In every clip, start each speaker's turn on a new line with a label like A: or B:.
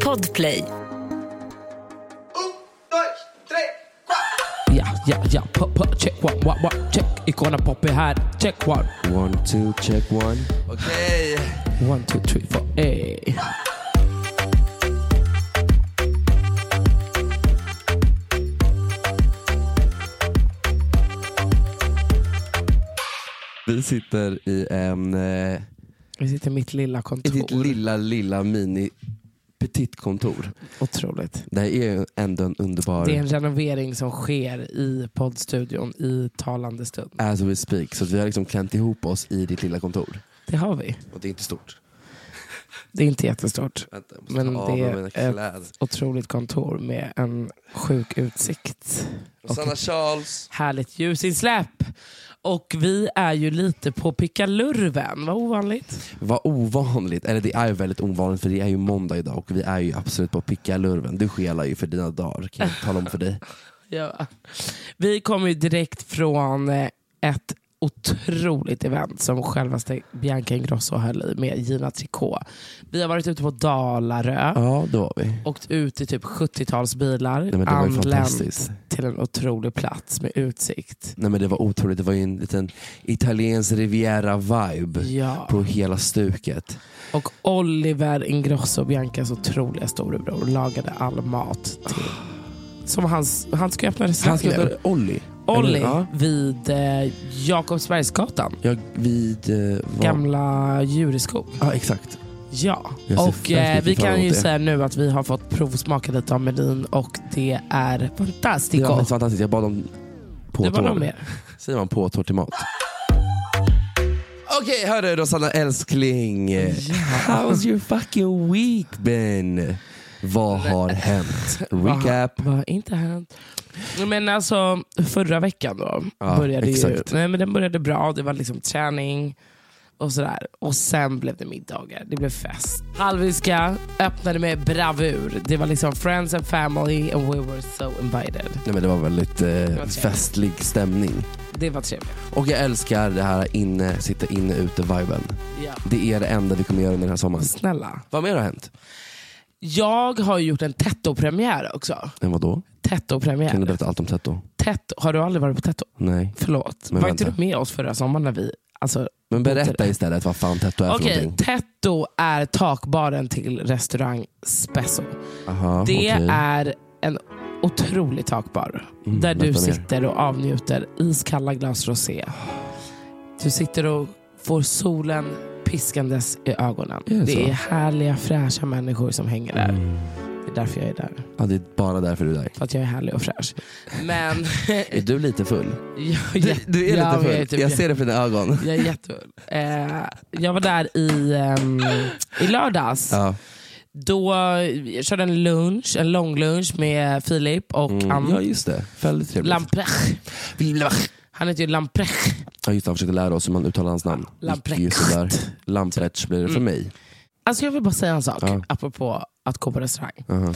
A: Podplay.
B: Ja, ja, ja, po, po, check one, one, one, check Ikona Poppy här, check one
C: One, two, check one. Okej.
B: One, two, three, four, eh. ey
C: Vi sitter i en... Eh,
B: Vi sitter i mitt lilla
C: I
B: kontor.
C: ditt lilla, lilla mini petitkontor.
B: Otroligt.
C: Det här är ju ändå en underbar...
B: Det är en renovering som sker i poddstudion i talande stund.
C: As we speak. Så vi har liksom klämt ihop oss i ditt lilla kontor.
B: Det har vi.
C: Och det är inte stort.
B: Det är inte jättestort.
C: Vänta, jag måste
B: Men
C: ta av
B: det
C: mig mina
B: är
C: kläder.
B: ett otroligt kontor med en sjuk utsikt.
C: Rosanna Charles.
B: Härligt ljusinsläpp. Och vi är ju lite på pickalurven. Vad ovanligt.
C: Vad ovanligt. Eller det är ju väldigt ovanligt för det är ju måndag idag och vi är ju absolut på pickalurven. Du skelar ju för dina dagar kan jag tala om för dig.
B: Ja. Vi kommer ju direkt från eh, ett otroligt event som självaste Bianca Ingrosso höll i med Gina Tricot. Vi har varit ute på Dalarö,
C: Ja, det var vi.
B: åkt ut i typ 70-talsbilar,
C: Nej, men det var ju fantastiskt.
B: till en otrolig plats med utsikt.
C: Nej men det var otroligt, det var ju en liten italiensk riviera-vibe
B: Ja.
C: på hela stuket.
B: Och Oliver Ingrosso, Biancas otroliga storebror, lagade all mat till som hans, han ska öppna restaurang
C: Han ska
B: nu.
C: vara Olli.
B: Olli
C: Eller, ja.
B: vid eh, Jakobsbergsgatan,
C: Ja, vid... Eh, vad-
B: gamla Jureskog.
C: Ja, exakt.
B: Ja,
C: Jag ser
B: och
C: väldigt
B: eh,
C: mycket
B: vi
C: fram
B: kan
C: emot
B: ju
C: det.
B: säga nu att vi har fått provsmaka lite av menyn och det är
C: Det
B: fantastiskt
C: var
B: gott.
C: fantastiskt, jag bad om
B: Det var nog
C: påtår.
B: mer.
C: Säger man påtår till mat? Okej, hörru Rosanna älskling. How's your fucking week been? Vad har hänt? Recap.
B: Vad har inte hänt? Men alltså förra veckan då
C: Ja,
B: började
C: exakt.
B: ju, nej men den började bra. Det var liksom träning och sådär. Och sen blev det middagar. Det blev fest. Halviska öppnade med bravur. Det var liksom friends and family and we were so invited.
C: Nej, men det var väldigt eh,
B: trevligt.
C: festlig stämning.
B: Det var trevligt.
C: Och jag älskar det här inne, sitta inne ute viben.
B: Ja.
C: Det är det enda vi kommer göra under den här sommaren.
B: Snälla.
C: Vad mer har hänt?
B: Jag har ju gjort en Tetto-premiär också.
C: Men vadå? Kan du
B: Tetto-premiär.
C: berätta allt om Tetto?
B: Tetto. Har du aldrig varit på Tetto?
C: Nej.
B: Förlåt.
C: Men
B: var inte
C: vänta.
B: du med oss förra sommaren när vi... Alltså,
C: Men berätta istället vad fan Tetto är för
B: Okej,
C: någonting.
B: Tetto är takbaren till restaurang Spesso.
C: Aha,
B: Det
C: okej.
B: är en otrolig takbar.
C: Mm,
B: där du
C: berätta mer.
B: sitter och avnjuter iskalla glas rosé. Du sitter och får solen piskandes i ögonen.
C: Är det
B: det
C: så? Mm.
B: är härliga fräscha människor som hänger där. Det är därför jag är där.
C: Ja, det är bara därför du är där.
B: För att jag är härlig och fräsch. Men...
C: Är du lite full?
B: jag, ja, men Jag, är typ
C: jag ser det på dina ögon.
B: Jag är jättefull. Eh, jag var där i, ehm, i lördags.
C: Ja.
B: Då jag körde en lunch, en lång lunch med Filip och Ann
C: Mm. ja, just det. Väldigt trevligt.
B: Lamprech. Han heter ju Lamprech.
C: Ja, just det, han försökte lära oss hur man uttalar hans namn.
B: Lamprecht.
C: Gick ju sådär. Lamprecht blir det för mig.
B: Alltså jag vill bara säga en sak apropå att gå på restaurang.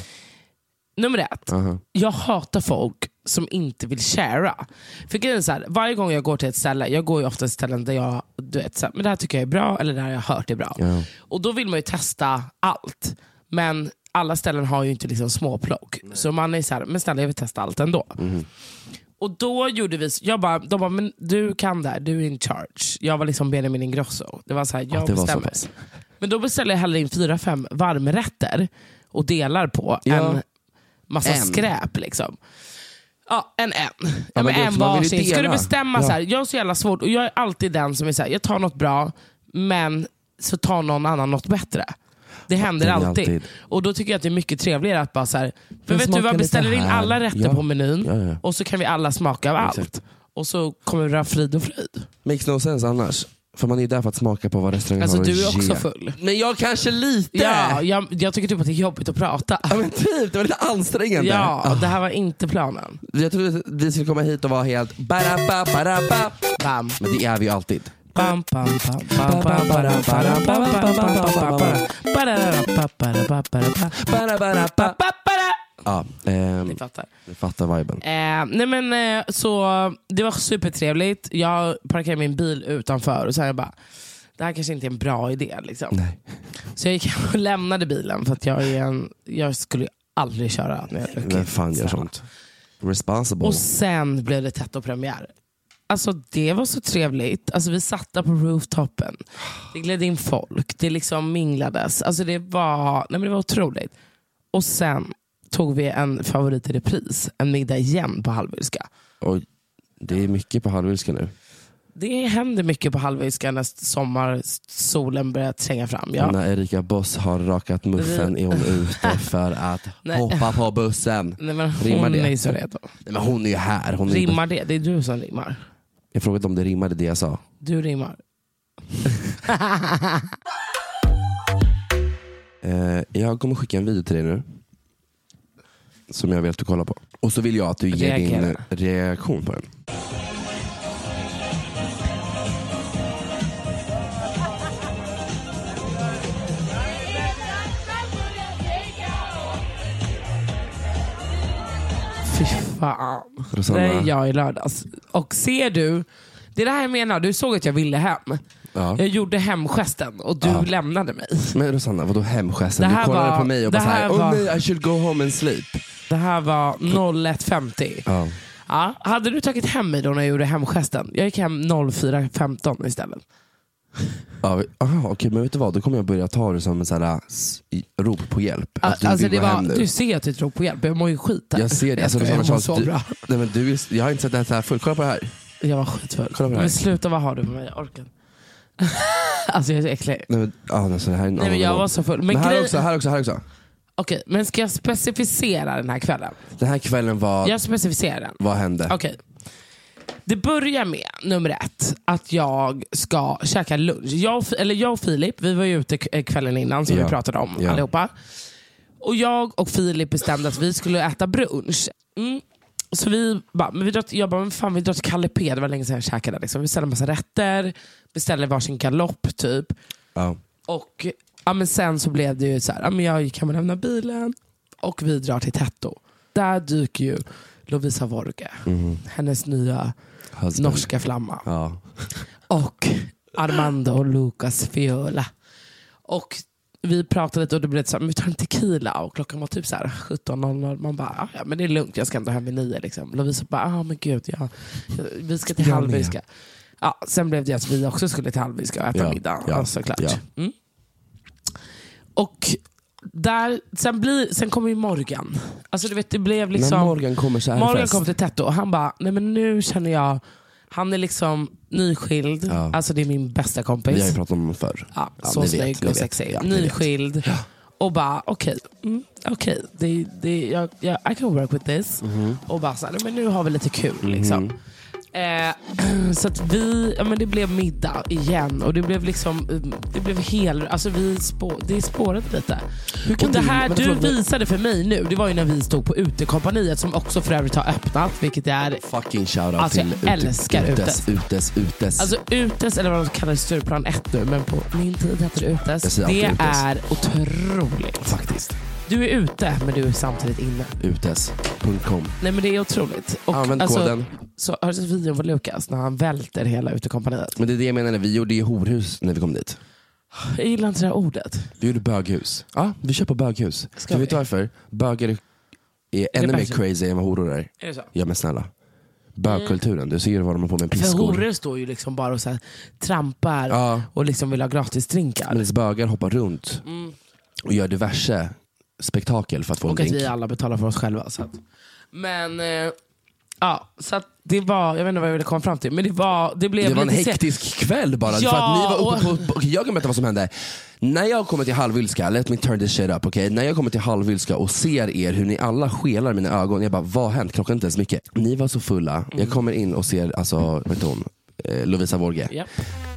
B: Nummer ett, jag hatar folk som inte vill shara. För grejen är så här, varje gång jag går till ett ställe, jag går ju ofta till ställen där jag du vet, så här, men det här tycker jag är bra eller det här har jag hört är bra. Och då vill man ju testa allt. Men alla ställen har ju inte liksom småplock. Så man är så här, men snälla jag vill testa allt ändå.
C: Mhm.
B: Och då gjorde vi, jag bara, de bara, men du kan det här, du är in charge. Jag var liksom Benjamin Ingrosso. Det var så här, jag
C: det var så
B: bestämmer.
C: pass.
B: Men då beställer jag hellre in fyra, fem varmrätter och delar på
C: Ja.
B: en massa
C: En.
B: skräp. Liksom. Ja, en en. Ja, men
C: men det är
B: en
C: också- man vill ju
B: varsin. Ska du
C: dela.
B: bestämma
C: Ja.
B: så här, jag har så jävla svårt och jag är alltid den som är så här, jag tar något bra men så tar någon annan något bättre. Det händer
C: det är
B: alltid.
C: alltid.
B: Och då tycker jag att det är mycket trevligare att bara så här, men
C: Men
B: vet du
C: smaka
B: vad,
C: lite
B: beställer in
C: här.
B: alla rätter
C: Ja.
B: på menyn
C: Ja, ja, ja.
B: och så kan vi alla smaka av allt.
C: Exakt.
B: Och så kommer det vara frid och fröjd.
C: Makes no sense annars. För man är ju där för att smaka på vad restaurangen
B: Alltså
C: har att
B: du är också
C: ge.
B: full.
C: Men jag kanske lite.
B: Ja, jag, jag tycker typ att det är jobbigt att prata.
C: Ja, men typ, det Ah. var lite ansträngande.
B: Ja, det här var inte planen.
C: Jag trodde att vi skulle komma hit och vara helt barabba, barabba.
B: Bam.
C: Men det är vi ju alltid.
B: Bam, bam, bam, bam, bam, bam, bam, bam, bam, bam, bam, bam, bam. Bararara, bararara, bararara.
C: Barabba.
B: Bararara.
C: Ja, ehm,
B: Ni fattar.
C: ni fattar viben.
B: Eh, nej men, eh, så, det var supertrevligt. Jag parkerade min bil utanför och så här, jag bara, det här kanske inte är en bra idé. Liksom.
C: Nej.
B: Så jag gick och lämnade bilen för att jag, är en, jag skulle ju aldrig köra när jag druckit.
C: Vem fan gör
B: Så här.
C: sånt? Responsible.
B: Och sen blev det Tetto-premiär. Alltså det var så trevligt. Alltså vi satt där på rooftopen. Det gled in folk. Det liksom minglades. Alltså det var, nej men det var otroligt. Och sen tog vi en favorit i repris. En middag igen på Halvöska.
C: Oj, det är mycket på halvulska nu.
B: Det händer mycket på Halvöska när sommarsolen börjar tränga fram. Ja.
C: När Erika Boss har rakat muffen är hon ute för att
B: Nej.
C: hoppa på bussen.
B: Nej, men
C: Rimmar
B: hon
C: det?
B: är ju så redo.
C: Nej, men hon är ju här. Hon är
B: Rimmar det? Det är du som rimmar.
C: Jag frågade om det rimmade det jag sa.
B: Du rimmar.
C: Eh, jag kommer skicka en video till dig nu. Som jag vill att du kollar på. Och så vill jag att du ger din
B: Reagera.
C: reaktion på den.
B: Fy fan.
C: Rosanna.
B: Det är jag i lördags. Och ser du, det är det här jag menar. Du såg att jag ville hem.
C: Ja.
B: Jag gjorde hemgesten och du lämnade mig.
C: Men Rosanna, vadå hemgesten?
B: Det
C: Du
B: här
C: kollade
B: var-
C: på mig och
B: det
C: bara såhär,
B: här
C: åh
B: var-
C: nej I should go home and sleep.
B: Det här var 01.50.
C: Ja.
B: Ja. Hade du tagit hem mig då när jag gjorde hemgesten? Jag gick hem 04.15 istället.
C: Ja, vi- aha, okej, men vet du vad? Då kommer jag börja ta det som en sån här äh, s- rop på hjälp. Att du
B: alltså,
C: vill
B: det
C: gå
B: var,
C: hem nu.
B: du ser att du tror på hjälp. Jag mår ju skit här.
C: Jag ser det. Alltså,
B: jag, skojar, jag mår
C: Charles,
B: så
C: du,
B: bra.
C: nej, men du, är- jag har inte sett det här så här förut. Kolla på det här.
B: Jag var skitfull.
C: Kolla på det här.
B: Men sluta, vad har du på mig? Jag orkar inte. Alltså jag är så äcklig.
C: Nej, men, ah, alltså, det här är en
B: Nej, men
C: annan
B: jag
C: gång.
B: var så full. Men,
C: Men här
B: grej...
C: också, här också, här också.
B: Okej, men ska jag specificera den här kvällen?
C: Den här kvällen var,
B: Jag specificerar den.
C: vad hände?
B: Okej. Det börjar med, nummer ett, att jag ska käka lunch. Jag, och Fi- eller jag och Filip, vi var ju ute k- eh, kvällen innan som
C: Ja.
B: vi pratade om
C: Ja.
B: allihopa. Och jag och Filip bestämde att vi skulle äta brunch. Mm. Så vi bara, men vi drar, till- jag bara, men fan vi drar till Kalle P. Det var länge sedan jag käkade. Liksom. Vi beställer massa rätter, beställer varsin galopp typ.
C: Ja.
B: Och ja, men sen så blev det ju så här, ja, men jag gick hem och lämnade bilen och vi drar till Tetto. Där dyker ju Lovisa Vorge,
C: Mhm.
B: hennes nya
C: Husband.
B: norska flamma.
C: Ja.
B: Och Armando och Lucas Fiola. Och vi pratade lite och det blev lite så här, men vi tar en tequila och klockan var typ så här 17.00. Man bara, "Ah, ja men det är lugnt, jag ska ändå hem vid nio. Liksom. Lovisa bara, ja men gud, ja, vi ska till
C: Jag med.
B: Hallwylska. Ja, sen blev det att vi också skulle till Hallwylska och äta
C: Ja,
B: middag.
C: ja,
B: Ja, såklart.
C: ja.
B: Mm. Och där, sen, blir, sen kommer ju Morgan. Alltså du vet, det blev liksom...
C: När Morgan kommer så är det
B: Morgan
C: fest.
B: kom till Tetto och han bara, nej men nu känner jag, han är liksom nyskild,
C: Ja.
B: alltså det är min bästa kompis.
C: Vi har ju pratat om det förr.
B: ja,
C: Ja,
B: så
C: ni vet,
B: snygg
C: ni
B: och
C: vet.
B: sexig.
C: Ja, ni vet.
B: nyskild. Och bara okej, mm, okej,
C: Mhm.
B: det, det, jag, jag, I can work with this. Och bara så här, nej, men nu har vi lite kul. Liksom. Eh, så att vi, ja men det blev middag igen och det blev liksom, eh, det blev hel, alltså vi spå, det spårade lite. Hur
A: kan
B: och det
A: du-
B: här
A: vänta,
B: du
A: förlåt, men-
B: visade för mig nu, det var ju när vi stod på utekompaniet som också för övrigt har öppnat, vilket är
C: Fucking shoutout
B: Alltså,
C: till
B: jag älskar
C: Utes, utes, utes.
B: Alltså Utes, eller vad de kallar det, Stureplan 1 nu, men på min tid hette det
C: Jag
B: Utes.
C: säger alltid
B: Det
C: Utes.
B: är otroligt.
C: Faktiskt.
B: Du är ute, men du är samtidigt inne.
C: Utes.com.
B: Nej men det är otroligt. Och, alltså-
C: Använd koden.
B: Så har du sett videon på Lukas när han välter hela utekompaniet?
C: Men det är det jag menar, vi gjorde ju horhus när vi kom dit.
B: Jag gillar inte det här ordet.
C: Vi gjorde böghus. Ja, vi kör på böghus.
B: Ska
C: Ska du
B: vi?
C: vet varför? Böger är ännu mer
B: bättre?
C: crazy än vad horor är.
B: Är det så?
C: Ja men snälla. Bögkulturen, du ser ju vad de har på med
B: För
C: piskor.
B: horor står ju liksom bara och så här, trampar
C: Ja.
B: och liksom vill ha gratis drinkar.
C: Medan bögar hoppar runt och gör diverse spektakel för att få
B: Och
C: en
B: att
C: drink.
B: vi alla betalar för oss själva. Så att. Men eh, ja, så att det var, jag vet inte vad jag ville komma fram till, men det var, det blev
C: Det var en
B: lite sent.
C: hektisk kväll bara.
B: Ja,
C: för att ni var uppe
B: och-
C: på, på, okej, jag kan berätta vad som hände. När jag kommer till halvvilska, let me turn this shit up, okej? När jag kommer till halvvilska och ser er hur ni alla skelar i mina ögon. Jag bara, vad har hänt? Klockan är inte ens mycket. Ni var så fulla. Jag kommer in och ser, alltså, vad heter hon? Eh, Lovisa Vorge.
B: Japp.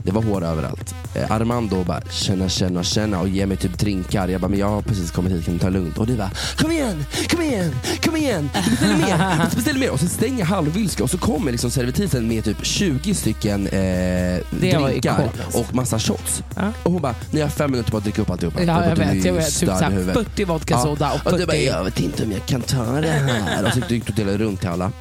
C: Det var hår överallt. Eh, Armando bara känna, känna, känna och ge mig typ drinkar. Jag bara, men jag har precis kommit hit, kan du ta det lugnt? Och du bara, kom igen, kom igen, kom igen, beställ mer, beställ mer. Och så stänger jag halvvilska och så kommer liksom servitrisen med typ 20 stycken eh,
B: var
C: drinkar
B: ikoniskt.
C: och massa shots.
B: Ja.
C: Och hon bara, ni har fem minuter på att dricka upp alltihopa.
B: Ja,
C: bara,
B: jag
C: "Du är
B: vet. Jag
C: ju
B: vet. Typ
C: störd i
B: såhär
C: huvudet."
B: 40 vodka soda och 40...
C: och du bara, jag vet inte om jag kan ta det här. Och så gick du och delade runt till alla.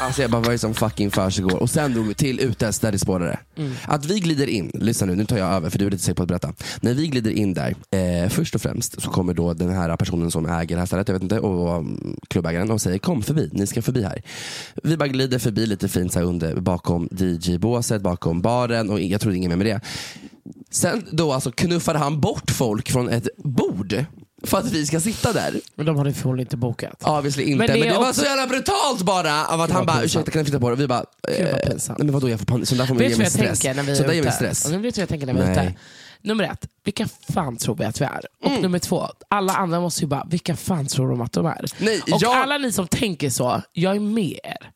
C: Alltså jag bara, vad är det som fucking försiggår? Och sen drog vi till Utes där det spårade.
B: Mm.
C: Att vi glider in, lyssna nu, nu tar jag över för du är lite säker på att berätta. När vi glider in där, eh, först och främst så kommer då den här personen som äger det här stället, jag vet inte, och mm, klubbägaren och säger kom förbi, ni ska förbi här. Vi bara glider förbi lite fint så här under, bakom DJ-båset, bakom baren och jag trodde ingen mer med det. Sen då alltså knuffade han bort folk från ett bord för att vi ska sitta där.
B: Men de hade förmodligen inte bokat.
C: Obviously inte, men
B: Men
C: det,
B: det är
C: var
B: också-
C: så jävla brutalt bara av att han
B: var
C: bara,
B: pinsamt.
C: ursäkta kan jag flytta på det? Och vi bara, eh,
B: Gud, vad
C: nej
B: pinsamt.
C: men vadå jag får panik, sånt där får
B: Vet
C: mig
B: du
C: ge
B: vad
C: mig
B: jag
C: stress.
B: tänker när vi
C: Sånt där
B: är Mm.
C: ger mig
B: ute?
C: stress.
B: Ja, vet du vad jag tänker när vi är
C: Nej. Mm.
B: ute? Nummer ett, vilka fan tror vi att vi är? Och nummer två, alla andra måste ju bara, vilka fan tror de att de är?
C: Nej,
B: och
C: jag-
B: alla ni som tänker så, jag är med er.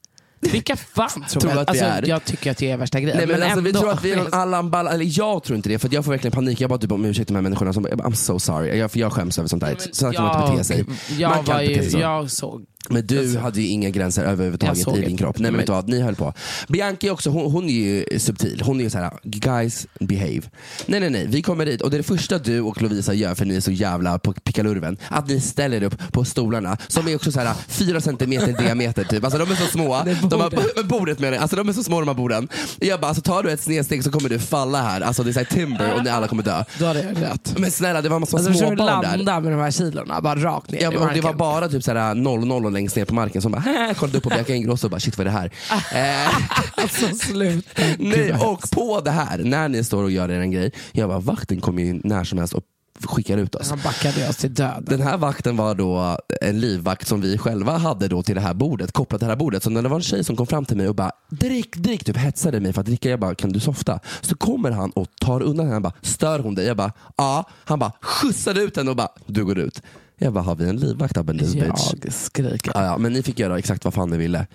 B: Vilka fan tror,
C: Tror
B: jag-
C: att vi
B: alltså,
C: är?
B: Jag tycker att det är värsta grejen.
C: Nej, men alltså, vi
B: ändå.
C: tror att vi är någon Allan Ball, eller jag tror inte det för att jag får verkligen panik. Jag bara typ om ursäkt till de här människorna, som, bara, I'm so sorry. Jag, för jag skäms över sånt där.
B: Nej, men
C: så här kan man inte bete sig.
B: Jag,
C: man kan
B: var
C: inte bete sig
B: ju,
C: så.
B: jag såg
C: Men du hade ju inga gränser
B: Alltså- Jag
C: överhuvudtaget
B: såg
C: i din
B: det.
C: kropp. Nej men
B: Men-
C: vet du vad, ni höll på. Bianca är också, hon, hon är ju subtil. Hon är ju såhär, guys behave. Nej nej nej, vi kommer dit och det är det första du och Lovisa gör för ni är så jävla på pickalurven. Att ni ställer er upp på stolarna som är också såhär fyra centimeter i diameter typ. Alltså de är så små. De har, med bordet menar jag. Alltså de är så små de här borden. Jag bara, alltså tar du ett snedsteg så kommer du falla här. Alltså det är såhär timber och ni alla kommer dö.
B: Då hade jag rätt.
C: Men snälla det var en massa
B: Alltså, försöker
C: småbarn där.
B: landa med de här kilorna, bara rakt ner
C: Ja,
B: i
C: men, och det
B: marken.
C: var bara typ såhär 00 och längst ner på marken som bara "Hä?" kollade upp på Bianca Ingrosso och bara shit vad är det här? eh,
B: Ah. Alltså sluta.
C: nej, och på det här, när ni står och gör er en grej, jag bara vakten kommer ju när som helst och skickar ut oss.
B: Han backade oss till döden.
C: Den här vakten var då en livvakt som vi själva hade då till det här bordet, kopplat till det här bordet. Så när det var en tjej som kom fram till mig och bara drick, drick, typ hetsade mig för att dricka. Jag bara, kan du softa? Så kommer han och tar undan henne. Han bara, stör hon dig? Jag bara, ja. Han bara skjutsade ut henne och bara, du går ut. Jag bara, har vi en livvakt up in this bitch?
B: Jag skriker.
C: Ja, ja, men ni fick göra exakt vad fan ni ville.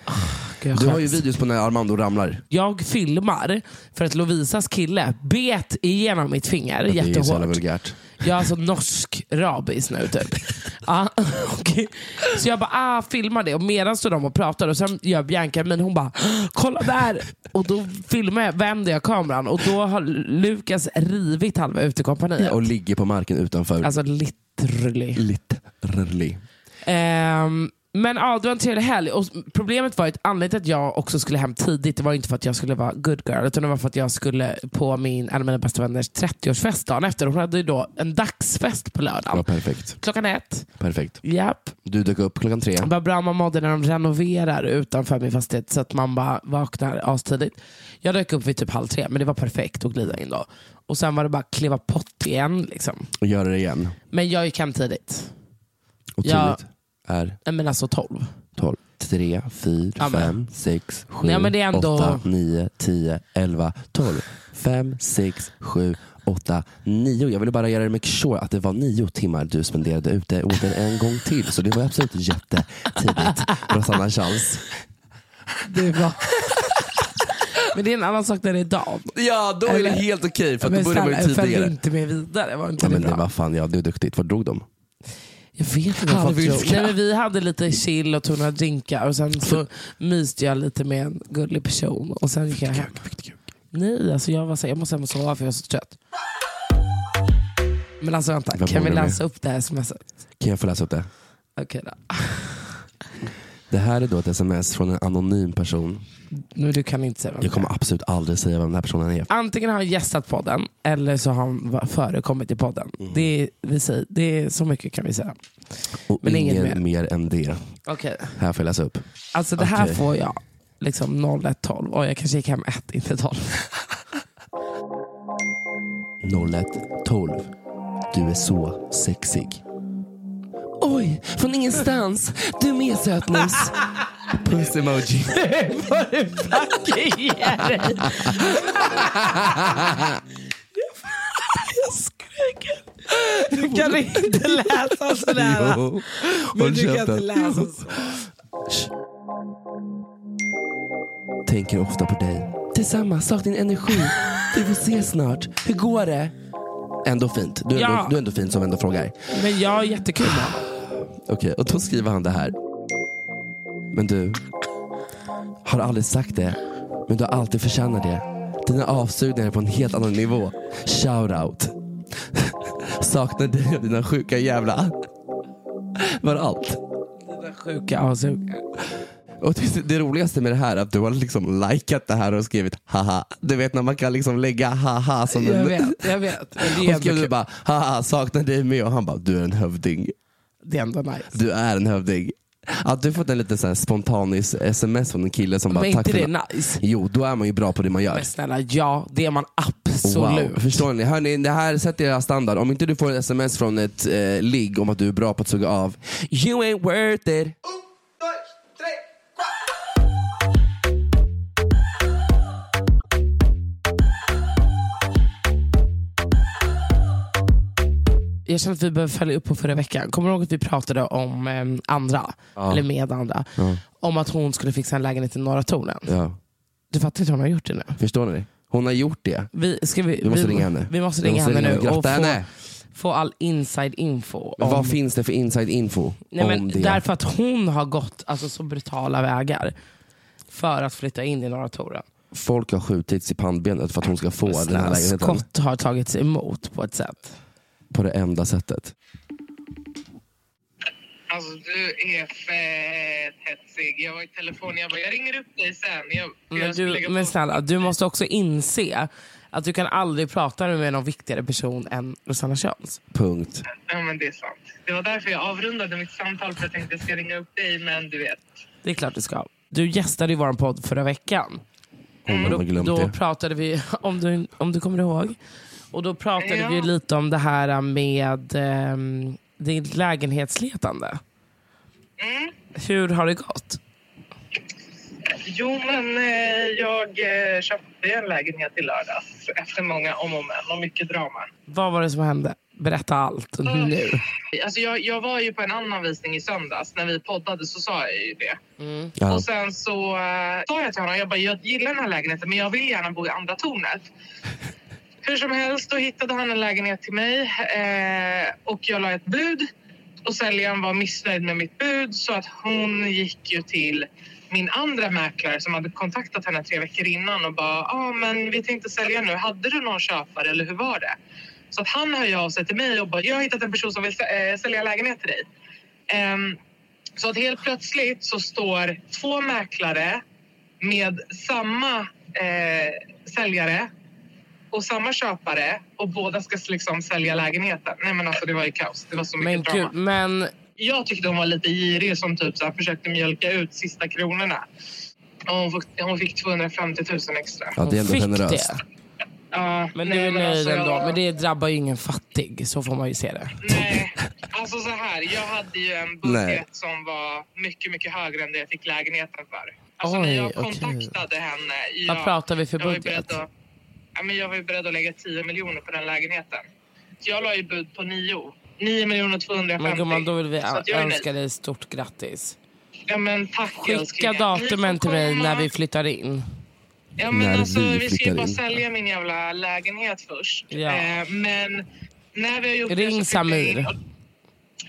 B: Gud, jag
C: Du har ju
B: skäms.
C: videos på när Armando ramlar.
B: jag filmar för att Lovisas kille bet igenom mitt finger
C: Det är ju så jävla
B: jättehårt.
C: vulgärt.
B: Jag har alltså norsk rabies nu typ. ja, okej. Så jag bara ah, filmar det och medan står de och pratar och sen gör Bianca min hon bara kolla där. Och då filmar jag, vänder jag kameran och då har Lukas rivit halva utekompaniet.
C: Eh, Och ligger på marken utanför.
B: Alltså literally.
C: Literally.
B: Ehm, men ja, det var en trevlig helg. Och problemet var ju att anledningen till att jag också skulle hem tidigt, det var ju inte för att jag skulle vara good girl, utan det var för att jag skulle på min, en av mina bästa vänners 30-årsfest dagen efter. Hon hade ju då en dagsfest på
C: Ja,
B: lördagen.
C: perfekt.
B: Klockan ett.
C: perfekt.
B: Japp.
C: Du dök upp klockan tre.
B: Vad bra man mådde när de renoverar utanför min fastighet så att man bara vaknar astidigt. Jag dök upp vid typ halv tre, men det var perfekt att glida in då. Och sen var det bara att kliva pott igen. Liksom.
C: Och göra det igen.
B: Men jag gick hem tidigt.
C: Otroligt.
B: Ja.
C: Är
B: Nej, Men alltså tolv.
C: 12, 3, 4,
B: Ja, men.
C: 5, 6, 7,
B: Nej, men det är ändå-
C: 8, 9, 10, 11, 12, 5, 6, 7, 8, 9. Jag ville bara göra det make sure att det var nio timmar du spenderade ute åter en gång till. Så det var absolut jättetidigt. Rosanna Chans.
B: Det var... Men det är en annan sak när det är Dan.
C: Ja, då är det
B: Eller-
C: helt okej för att
B: men
C: då börjar man ju
B: snälla, följ
C: tidigare.
B: inte med vidare. Var inte
C: Ja, men
B: det
C: det
B: bra?
C: var fan, ja, det är duktigt. Var drog de?
B: Jag vet inte vad folk
C: Halvvilka.
B: tror. Nej, men Vi hade lite chill och tog några drinkar och sen så myste jag lite med en gullig person och sen gick jag hem. Nej, alltså jag var så här, jag måste hem och sova för jag är så trött. Men alltså vänta,
C: Vad
B: kan vi
C: borde du
B: läsa upp det här smset?
C: Kan jag få läsa upp det?
B: Okej då.
C: Det här är då ett sms från en anonym person.
B: Nu, du kan inte säga vem det
C: Jag
B: är.
C: kommer absolut aldrig säga vem den här personen är.
B: Antingen har han gästat podden eller så har han va- förekommit i podden.
C: Mm.
B: Det, är, vi säger, det är så mycket kan vi säga.
C: Och
B: Men inget
C: ingen
B: mer.
C: mer. än det.
B: Okej.
C: Här får jag läsa upp.
B: Alltså det här
C: Okej.
B: får jag liksom 01.12 och jag kanske gick hem 1, inte 12.
C: 0112. Du är så sexig. Oj, från ingenstans. Du är med sötnos. Puss-emoji.
B: Du kan inte läsa sådär.
C: Jo.
B: Men
C: Håll
B: du kan inte
C: käften.
B: läsa så.
C: Tänker ofta på dig. Tillsammans, saknar din energi. Vi får ses snart. Hur går det? Ändå fint. Du är,
B: Ja.
C: ändå, du är ändå fin som ändå frågar.
B: Men jag är jättekul med honom.
C: Okej, och då skriver han det här. Men du, har aldrig sagt det, men du har alltid förtjänat det. Dina avsugningar är på en helt annan nivå. Shout out. Saknar dig och dina sjuka jävla... Var allt.
B: Den sjuka avsugaren.
C: Och det, det roligaste med det här är att du har liksom likat det här och skrivit haha. Du vet när man kan liksom lägga haha som
B: Jag
C: en...
B: vet, jag vet. Men det, är
C: Hon
B: ändå,
C: skrev du
B: kul.
C: bara haha saknar dig med och han bara du är en hövding.
B: det är ändå nice.
C: Du är en hövding. Att du fått en liten så här spontanis sms från en kille som
B: Men
C: bara tack
B: inte
C: för
B: det
C: na-"
B: är nice?
C: Jo, då är man ju bra på det man gör.
B: Men snälla, ja det är man absolut.
C: Wow. Förstår ni? Hörni, det här sätter era standard. Om inte du får ett sms från ett eh, ligg om att du är bra på att suga av, you ain't worth it.
B: Jag känner att vi behöver följa upp på förra veckan. Kommer du ihåg att vi pratade om em, andra, eller med andra, om att hon skulle fixa en lägenhet i Norra Tornen?
C: Ja.
B: Du fattar inte hur hon har gjort det nu?
C: Förstår ni? Hon har gjort det.
B: Vi, ska vi,
C: Vi måste ringa henne.
B: Vi måste
C: Vi
B: ringa
C: måste
B: henne
C: ringa
B: nu
C: och
B: och få,
C: gratta henne.
B: få all inside info.
C: Men
B: om-
C: vad finns det för inside info
B: Nej, men
C: om det?
B: därför att hon har gått alltså, så brutala vägar för att flytta in i Norra Tornen.
C: Folk har skjutits i pannbenet för att hon ska få den här
B: Snälla,
C: lägenheten.
B: Skott har tagits emot på ett sätt.
C: På det enda sättet.
A: Alltså du är fett hetsig. Jag var i telefon. Jag bara, jag ringer upp dig sen. Jag,
B: Men,
A: jag ska
B: du,
A: lägga
B: men
A: på.
B: snälla, du måste också inse att du kan aldrig prata med någon viktigare person än Rosanna Köns.
C: Punkt.
A: Ja men det är sant. Det var därför jag avrundade mitt samtal. För jag tänkte jag ska ringa upp dig. Men du vet.
B: Det är klart du ska. Du gästade ju vår podd förra veckan.
C: Hon
A: Mm.
C: har
B: Då,
C: glömt
B: då
C: det.
B: pratade vi, om du, om du kommer ihåg, och då pratade
A: Ja.
B: vi ju lite om det här med um, ditt lägenhetsletande.
A: Mm.
B: Hur har det gått?
A: Jo men eh, jag eh, köpte en lägenhet i lördags. Efter många om och men och mycket drama.
B: Vad var det som hände? Berätta allt nu.
A: Alltså jag, jag var ju på en annan visning i söndags. När vi poddade så sa jag ju det.
C: Ja.
A: Och sen så eh, sa jag till honom, jag bara, jag gillar den här lägenheten men jag vill gärna bo i andra tornet. Hur som helst, då hittade han en lägenhet till mig eh, och jag la ett bud. Och säljaren var missnöjd med mitt bud så att hon gick ju till min andra mäklare som hade kontaktat henne tre veckor innan och bara, ja ah, men vi tänkte sälja nu, hade du någon köpare eller hur var det? Så att han hör ju av sig till mig och bara, jag har hittat en person som vill sä- eh, sälja lägenhet till dig. Ehm, så att helt plötsligt så står två mäklare med samma eh, säljare och samma köpare och båda ska liksom sälja lägenheten. Nej men alltså det var ju kaos. Det var så mycket
B: Men,
A: drama.
B: gud, men
A: Jag tyckte hon var lite girig som typ så här, försökte mjölka ut sista kronorna. Och hon, fick, hon fick 250 000 extra.
C: ja, det är
B: hon
C: ändå
B: fick
C: generöst.
B: det.
A: Ja,
B: Men
A: nej,
B: du är nöjd
A: alltså,
B: ändå.
A: jag-
B: Men det drabbar ju ingen fattig, så får man ju se det.
A: Nej, alltså så här. Jag hade ju en budget
C: Nej.
A: som var mycket, mycket högre än det jag fick lägenheten för. Alltså
B: Oj,
A: när jag
B: okej.
A: kontaktade henne.
B: Vad
A: jag-
B: pratar vi för
A: jag var ju
B: budget?
A: beredd Att, ja, men jag var ju beredd att lägga 10 miljoner på den lägenheten. Så jag la ju bud på 9. 9 miljoner 250.
B: Men gumman, då vill vi
A: Så att jag är nöjd.
B: önska dig stort grattis.
A: Ja, men tack
B: Skicka
A: älsklingar. Ni får
B: datumen till mig
A: komma.
B: när vi flyttar in.
A: Ja, men
C: När
A: alltså,
C: vi
A: vi ska ju
C: flyttar
A: bara
C: in.
A: sälja min jävla lägenhet först.
B: Ja.
A: Eh, men när vi har gjort
B: Ring
A: det så flyttar jag in
B: Samir.
A: och-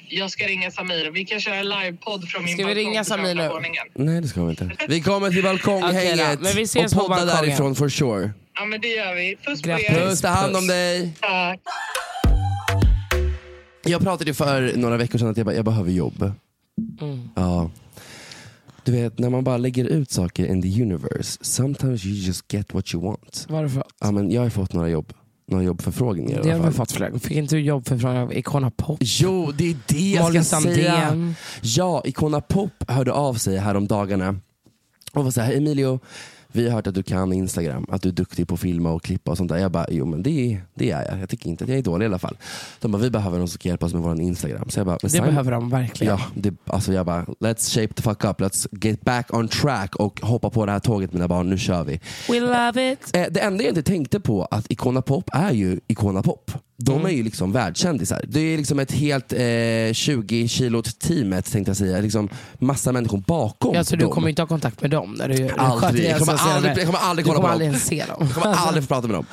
A: Jag ska ringa Samir. Vi kan köra livepodd från min
B: Ska vi
A: balkong
B: ringa
A: på
B: Samir nu?
A: första våningen.
C: Nej, det ska vi inte. Vi kommer till
B: Okej då,
C: balkonghänget
B: men vi ses
C: och
B: på
C: poddar
B: balkongen.
C: därifrån for sure.
A: Ja, men det gör vi. Puss på
B: Grattis.
A: er.
C: Puss, ta hand om
B: Puss.
C: dig.
A: Tack.
C: Jag pratade ju för några veckor sedan att jag, bara, jag behöver jobb. Ja. Du vet, när man bara lägger ut saker in the universe, sometimes you just get what you want.
B: Vad har du fått?
C: Ja, men jag har fått några jobb. Några jobbförfrågningar
B: Det
C: i
B: har
C: alla
B: vi
C: fall.
B: fått flera gånger. Fick inte du jobb för från Icona Pop?
C: Jo, det är det jag
B: Molly
C: ska säga.
B: Sandén.
C: Ja, Icona Pop hörde av sig häromdagarna och var så här, Emilio, vi har hört att du kan Instagram, att du är duktig på att filma och klippa och sånt där. Jag bara, jo men det, det är jag. Jag tycker inte att jag är dålig i alla fall. De bara, vi behöver någon som kan hjälpa oss med vår Instagram. Så jag bara, men
B: Det
C: sign-
B: behöver de verkligen.
C: Ja, det, alltså jag bara, let's shape the fuck up, let's get back on track och hoppa på det här tåget mina barn, nu kör vi.
B: We love it.
C: Eh, det enda jag inte tänkte på att Icona Pop är ju Icona Pop. De är ju liksom världskändisar. Det är liksom ett helt eh, 20 kilot teamet tänkte jag säga. Liksom massa människor bakom
B: Jag tror du
C: dem.
B: kommer inte ha kontakt med dem när du du
C: Aldrig.
B: sköter
C: Jag kommer
B: ihjäl sociala
C: aldrig-
B: medier.
C: jag kommer aldrig
B: Du
C: kolla på dem.
B: kommer aldrig ens se dem.
C: Jag kommer aldrig få prata med dem.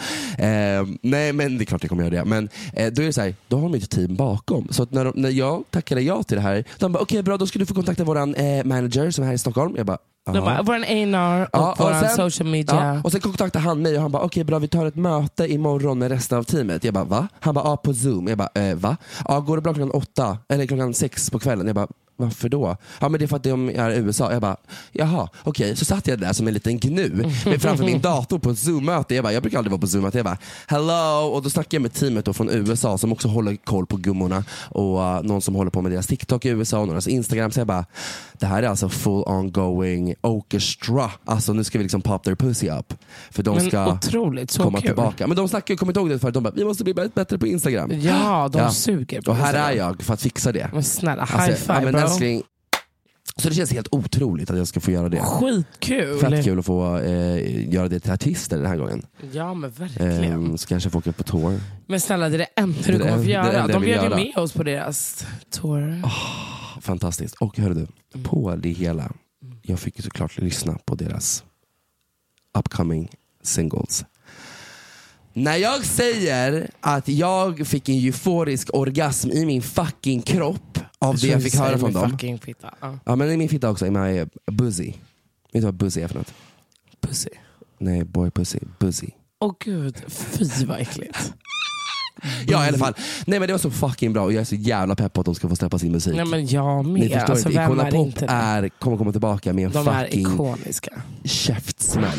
C: Eh, nej men det är klart jag kommer göra det. Men eh, då är det så här, då har de ju ett team bakom. Så att när, de, när jag tackade ja till det här, de bara okej bra då ska du få kontakta våran eh, manager som är här i Stockholm. Jag bara,
B: De
C: "Jaha."
B: bara, våran A&R och
C: Ja,
B: våran
C: sen-
B: social media.
C: Ja, och sen kontaktade han mig och han bara, okej bra vi tar ett möte imorgon med resten av teamet. Jag bara, va? Han bara, ja på zoom. Jag bara, eh, va? Ja, går det bra klockan åtta? Eller klockan sex på kvällen? Jag bara, varför då? Ja men det är för att de är i USA. Jag bara, jaha okej. Så satt jag där som en liten gnu med framför min dator på ett zoom-möte. Jag bara, jag brukar aldrig vara på zoom-möte. Jag bara, hello! Och då snackade jag med teamet då från USA som också håller koll på gummorna och eh, någon som håller på med deras TikTok i USA och någras Instagram. Så jag bara, det här är alltså full ongoing orchestra. Alltså nu ska vi liksom pop their pussy up. För de
B: Men
C: ska
B: otroligt, så
C: komma
B: kul.
C: tillbaka. Men de snackar ju, kommer du ihåg det förut? De bara, vi måste bli bättre på Instagram.
B: Ja, de
C: Ja.
B: suger på
C: Och här
B: Instagram.
C: är jag för att fixa det.
B: Men snälla,
C: Alltså,
B: Ah, high five
C: ja, men
B: bro.
C: älskling. Så det känns helt otroligt att jag ska få göra det.
B: Skitkul.
C: Fett kul att få eh, göra det till artister den här gången.
B: Ja men verkligen.
C: Ehm, så kanske jag får åka på tour.
B: Men snälla det är det enda du
C: det
B: kommer
C: en-
B: få
C: det är det
B: göra.
C: enda jag
B: De
C: vill
B: bjöd ju
C: göra.
B: med oss på deras tour.
C: Fantastiskt. Och hörru du,
B: Mm.
C: på det hela. Jag fick ju såklart lyssna på deras upcoming singles. När jag säger att jag fick en euforisk orgasm i min fucking kropp av det jag fick höra från dem.
B: Fucking fitta. Ja,
C: Ja men i min fitta också, i my buzzy. Vet du vad buzzy är för något?
B: pussy.
C: Nej, boy pussy. Buzzy.
B: Åh gud, fy vad äckligt.
C: Ja i alla fall. Nej men det var så fucking bra och jag är så jävla pepp på att de ska få släppa sin musik.
B: Nej men jag
C: Ni
B: med.
C: förstår
B: Alltså,
C: inte,
B: vem
C: Icona
B: är
C: Pop
B: inte det?
C: är, kommer komma tillbaka med en
B: De är
C: fucking
B: ikoniska.
C: käftsmäll.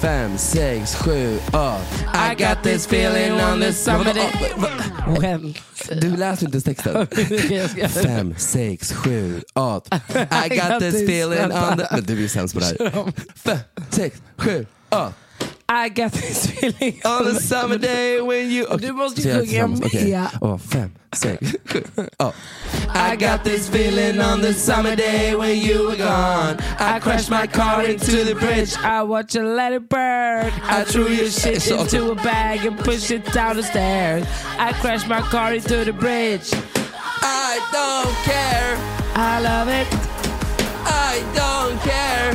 C: Fem, sex, sju, åt. I got this feeling on the summer day.
B: Well,
C: Du läser inte ens texten.
B: jag ska-
C: Fem, sex, sju, åt. I got this feeling on the... Men du är sämst på det här. Fem, sex, sju, åt.
B: I got this feeling.
C: On a summer day when you... Okej,
B: Du måste ju
C: så gör jag
B: sjunga
C: tillsammans. Okej.
B: med.
C: Åh, fem, sex, sju, åt. I got this feeling on the summer day when you were gone. I crashed my car into the bridge.
B: I watch you let it burn. I threw your shit
C: Så-
B: into a bag and pushed it down the stairs. I crashed my car into the bridge.
C: I don't care.
B: I love it.
C: I don't care.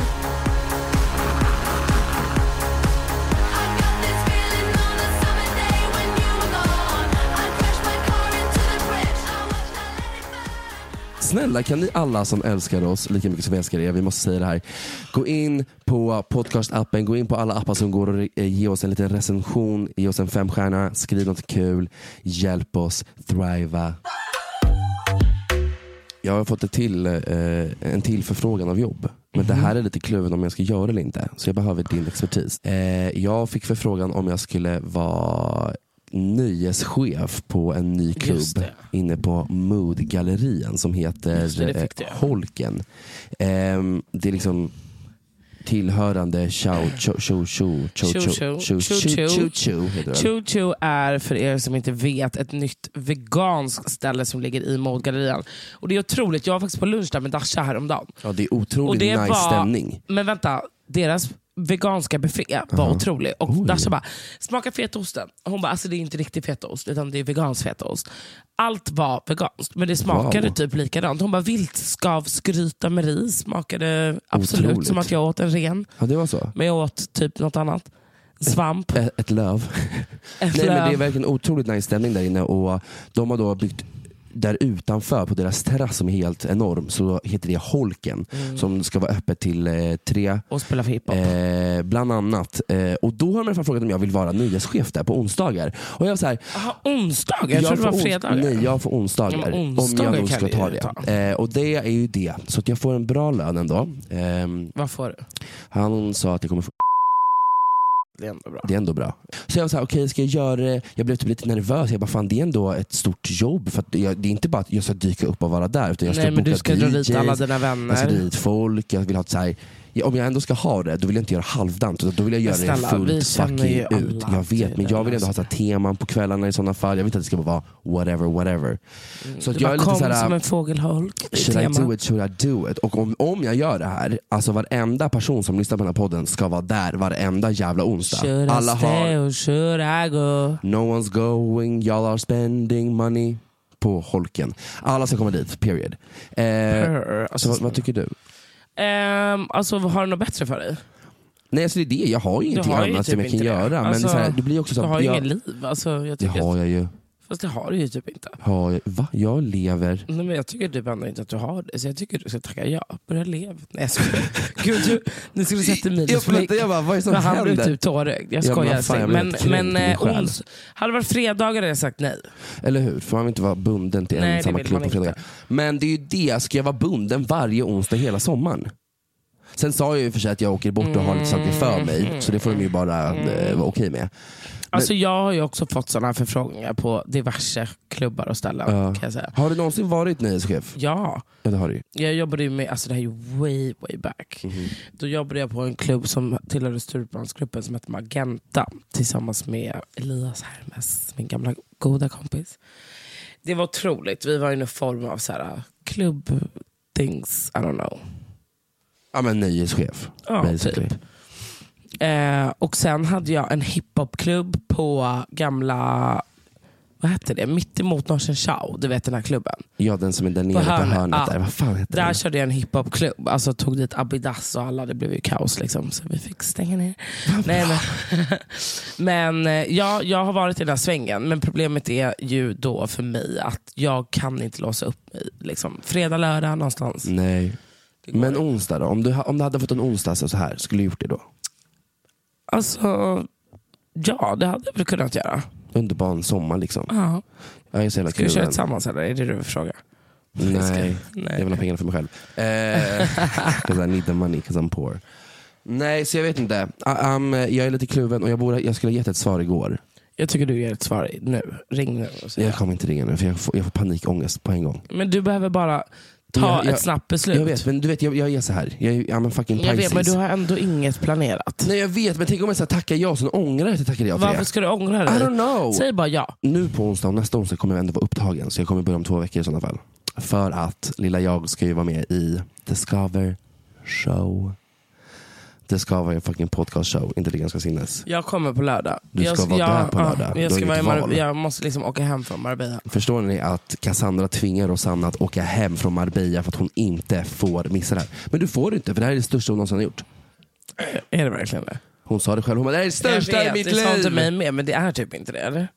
C: Snälla kan ni alla som älskar oss lika mycket som vi älskar er, vi måste säga det här. Gå in på podcastappen, gå in på alla appar som går och eh, ge oss en liten recension, ge oss en femstjärna, skriv något kul, hjälp oss thriva. Jag har fått ett till, eh, en till förfrågan av jobb. Men
B: Mhm.
C: det här är lite kluven om jag ska göra eller inte. Så jag behöver din expertis. Eh, jag fick förfrågan om jag skulle vara nöjeschef på en ny
B: Just
C: klubb
B: det.
C: inne på Moodgallerian som
B: Just
C: heter
B: det, det fick
C: eh,
B: du.
C: Holken. Ehm, det är liksom tillhörande Chow Chow Chow Chow Chow
B: Chow
C: Chow Chow
B: Chow. Chow
C: Chow
B: Chow.
C: Chow Chow heter den.
B: Choo Choo är, för er som inte vet, ett nytt veganskt ställe som ligger i Modgallerian. Och det är otroligt, jag var faktiskt på lunch där med Dasha häromdagen.
C: Ja, det är otroligt
B: det
C: nice
B: var-
C: stämning.
B: Men vänta, deras veganska buffé var otrolig. Och Dasha bara, smaka fetaosten. Hon bara, alltså det är inte riktig fetaost utan det är vegansk fetaost. Allt var veganskt men det smakade
C: Wow.
B: typ likadant. Hon bara, viltskavsgryta med ris smakade absolut
C: Otroligt.
B: som att jag åt en ren.
C: Ja, det var så.
B: Men jag åt typ något annat. Svamp.
C: Ä- Ett löv.
B: Ett
C: Nej, men det är
B: löv.
C: verkligen otroligt nice stämning där inne och de har då byggt där utanför på deras terrass som är helt enorm så heter det Holken som ska vara öppet till eh, tre
B: Mm. Och spela hiphop.
C: Eh, bland annat. Eh, och då har de i alla fall frågat om jag vill vara nyhetschef där på onsdagar. Och jag var så här,
B: Jaha, onsdagar? Ah, Jag, trodde det
C: får
B: var
C: ons-
B: fredagar.
C: Nej, jag får onsdagar.
B: Ja, men
C: om
B: onsdagar
C: jag nog ska
B: kan vi
C: ta
B: ju
C: det.
B: ta.
C: Eh, och det är ju det. Så att jag får en bra lön ändå. Ehm,
B: Vad får du?
C: han sa att jag kommer få
B: Det är ändå bra.
C: det är ändå bra. Så jag var såhär, okej ska jag göra det? Jag blev typ lite nervös. Jag bara, fan det är ändå ett stort jobb. För att jag, det är inte bara att jag ska dyka upp och vara där. Utan jag ska
B: Nej men
C: boka
B: du ska dra
C: DJs,
B: dit alla dina
C: jag ska dra
B: vänner.
C: dit folk. Jag vill ha ett såhär, ja, om jag ändå ska ha det, då vill jag inte göra halvdant. Utan då vill jag göra
B: Men snälla,
C: det
B: vi
C: fullt
B: känner
C: fucking
B: ju alla alltså.
C: ut. Jag vet, men jag vill ändå ha så här, teman på kvällarna i sådana fall. Jag vill inte att det ska vara whatever, whatever. Så att
B: Mm. Du
C: jag är
B: bara
C: lite
B: kom
C: såhär,
B: som en fågelholk. Det är
C: Should I
B: tema.
C: do it, should I do it? Och om, om jag gör det här, alltså varenda person som lyssnar på den här podden ska vara där varenda jävla onsdag.
B: Should I
C: Alla
B: stay
C: har
B: or should I go?
C: No one's going, y'all are spending money på holken. Alla ska komma dit, period. Eh,
B: Purr,
C: så
B: alltså,
C: vad, vad tycker du?
B: Ehm, alltså, har du något bättre för dig?
C: Nej alltså det är det, jag har ju ingenting
B: har ju
C: annat
B: typ
C: som jag kan
B: inte det.
C: göra. Men
B: Alltså,
C: det, är så här, det blir också
B: Du
C: så
B: har
C: att
B: ju
C: jag,
B: inget liv. Alltså, jag
C: det
B: tycker
C: har
B: att,
C: jag ju.
B: Fast det har du ju typ inte.
C: Har jag, va? Jag lever.
B: Nej, men jag tycker typ ändå inte att du har det. Så jag tycker du ska tacka ja. Börja leva. Nej jag skojar. Gud, du, nu skulle du sett Emilius
C: Jag, jag,
B: blick.
C: jag bara, vad är det som
B: Men han blev
C: händer?
B: typ tårögd. Jag
C: Ja, men
B: skojar.
C: vad fan, jag blev
B: men
C: helt kränkt i
B: men
C: min
B: eh,
C: själ.
B: ons, hade det varit fredagar hade jag sagt nej.
C: Eller hur? Får man inte vara bunden till
B: Nej,
C: en
B: det
C: samma
B: vill
C: klubb på
B: man
C: fredagar?
B: inte.
C: Men det är ju det, ska jag vara bunden varje onsdag hela sommaren? Sen sa jag ju för sig att jag åker bort och har lite saker för mig, så det får de ju bara
B: Mm.
C: eh, vara okej med.
B: Alltså, jag har ju också fått sådana här förfrågningar på diverse klubbar och ställen.
C: Ja.
B: Kan jag säga.
C: Har du någonsin varit nyhetschef?
B: Ja.
C: Ja det har du ju.
B: Jag jobbade ju med, alltså det här är ju way way back. Då jobbade jag på en klubb som tillhörde Stureplansgruppen som hette Magenta tillsammans med Elias Hermes, min gamla goda kompis. Det var otroligt. Vi var i någon form av så här, klubb things, I don't know.
C: Ja men nyhetschef.
B: Ja,
C: basically.
B: typ. Eh, och sen hade jag en hiphopklubb på gamla, vad hette det, mittemot Norsen Chow, du vet den här klubben.
C: Ja den som är där nere på
B: hörnet,
C: hörnet,
B: ja.
C: där. Vad fan heter
B: Där
C: den?
B: körde jag en hiphopklubb, alltså tog dit Abidas och alla, det blev ju kaos liksom. Så vi fick stänga ner. Nej, men men eh, ja, jag har varit i den här svängen, men problemet är ju då för mig att jag kan inte låsa upp mig. Liksom. Fredag, lördag någonstans.
C: Nej.
B: Det går
C: Men
B: inte.
C: onsdag då? Om du, ha- om du hade fått en onsdag så så här, skulle du gjort det då?
B: Alltså, Ja, det hade jag väl kunnat göra.
C: Underbar sommar liksom.
B: Ja.
C: Ja, jag är så jävla
B: Ska vi
C: kluven.
B: köra tillsammans eller? Är det du frågar?
C: Nej,
B: Nej. Eh.
C: jag vill ha pengarna för mig själv. Because I need the money, because I'm poor. Nej, så jag vet inte. Ah, am, jag är lite kluven och jag, borde, jag skulle ha gett ett svar igår.
B: Jag tycker du ger ett svar nu. Ring nu och säg.
C: Jag kommer inte ringa nu för jag får, jag får panikångest på en gång.
B: Men du behöver bara ta
C: Jag- jag-
B: ett snabbt beslut.
C: Jag vet, men du vet jag, jag är så här. Jag är I'm a fucking
B: Jag vet, men
C: Pisces.
B: du har ändå inget planerat.
C: Nej jag vet, men tänk om jag så här tackar ja och sen ångrar jag att jag tackade ja till
B: Varför
C: det.
B: ska du ångra
C: I
B: dig?
C: don't know.
B: Säg bara ja.
C: Nu på onsdag och nästa onsdag kommer jag ändå vara upptagen så jag kommer börja om två veckor i sådana fall. För att lilla jag ska ju vara med i Discover show. Discover är en fucking podcast show, Intelligenta sinnes.
B: Jag kommer på lördag.
C: Du
B: jag,
C: ska vara
B: jag,
C: där på
B: ja,
C: lördag.
B: Jag,
C: Du
B: ska
C: har
B: vara i
C: inget val.
B: Mar- jag måste liksom åka hem från Marbella.
C: Förstår ni att Cassandra tvingar Rosanna att åka hem från Marbella för att hon inte får missa det här. Men du får inte för det här är det största hon någonsin har gjort.
B: Är det verkligen det?
C: Hon sa det själv, hon bara det här är det största i
B: Jag vet,
C: mitt
B: Det sa inte
C: liv.
B: mig med, men det är typ inte det, eller?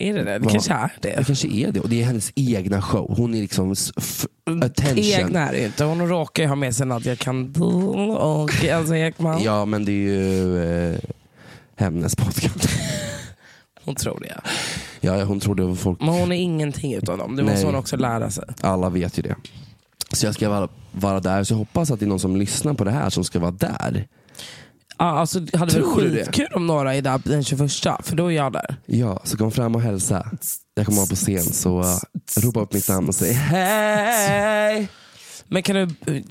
B: Är det det? Det
C: Vad?
B: kanske är det.
C: Det kanske är det. Och det är hennes egna show. Hon är liksom s- f- attention.
B: Egna är det inte. Hon råkar ju ha med sig Nadja Kandil och Elsa Ekman.
C: Ja, men det är ju eh, hennes podcast.
B: Hon tror det.
C: ja, hon trodde att folk...
B: Men hon är ingenting utav dem. Det
C: Nej.
B: måste hon också lära sig.
C: Alla vet ju det. Så jag ska vara, vara där. Så jag hoppas att det är någon som lyssnar på det här som ska vara där.
B: Ja, alltså, det hade
C: Tror du
B: varit
C: det?
B: skitkul om några är där den 21, för då är jag där.
C: Ja, så kom fram och hälsa. Jag kommer vara på scen, så eh, ropa upp mitt namn och säg hej!
B: Men kan du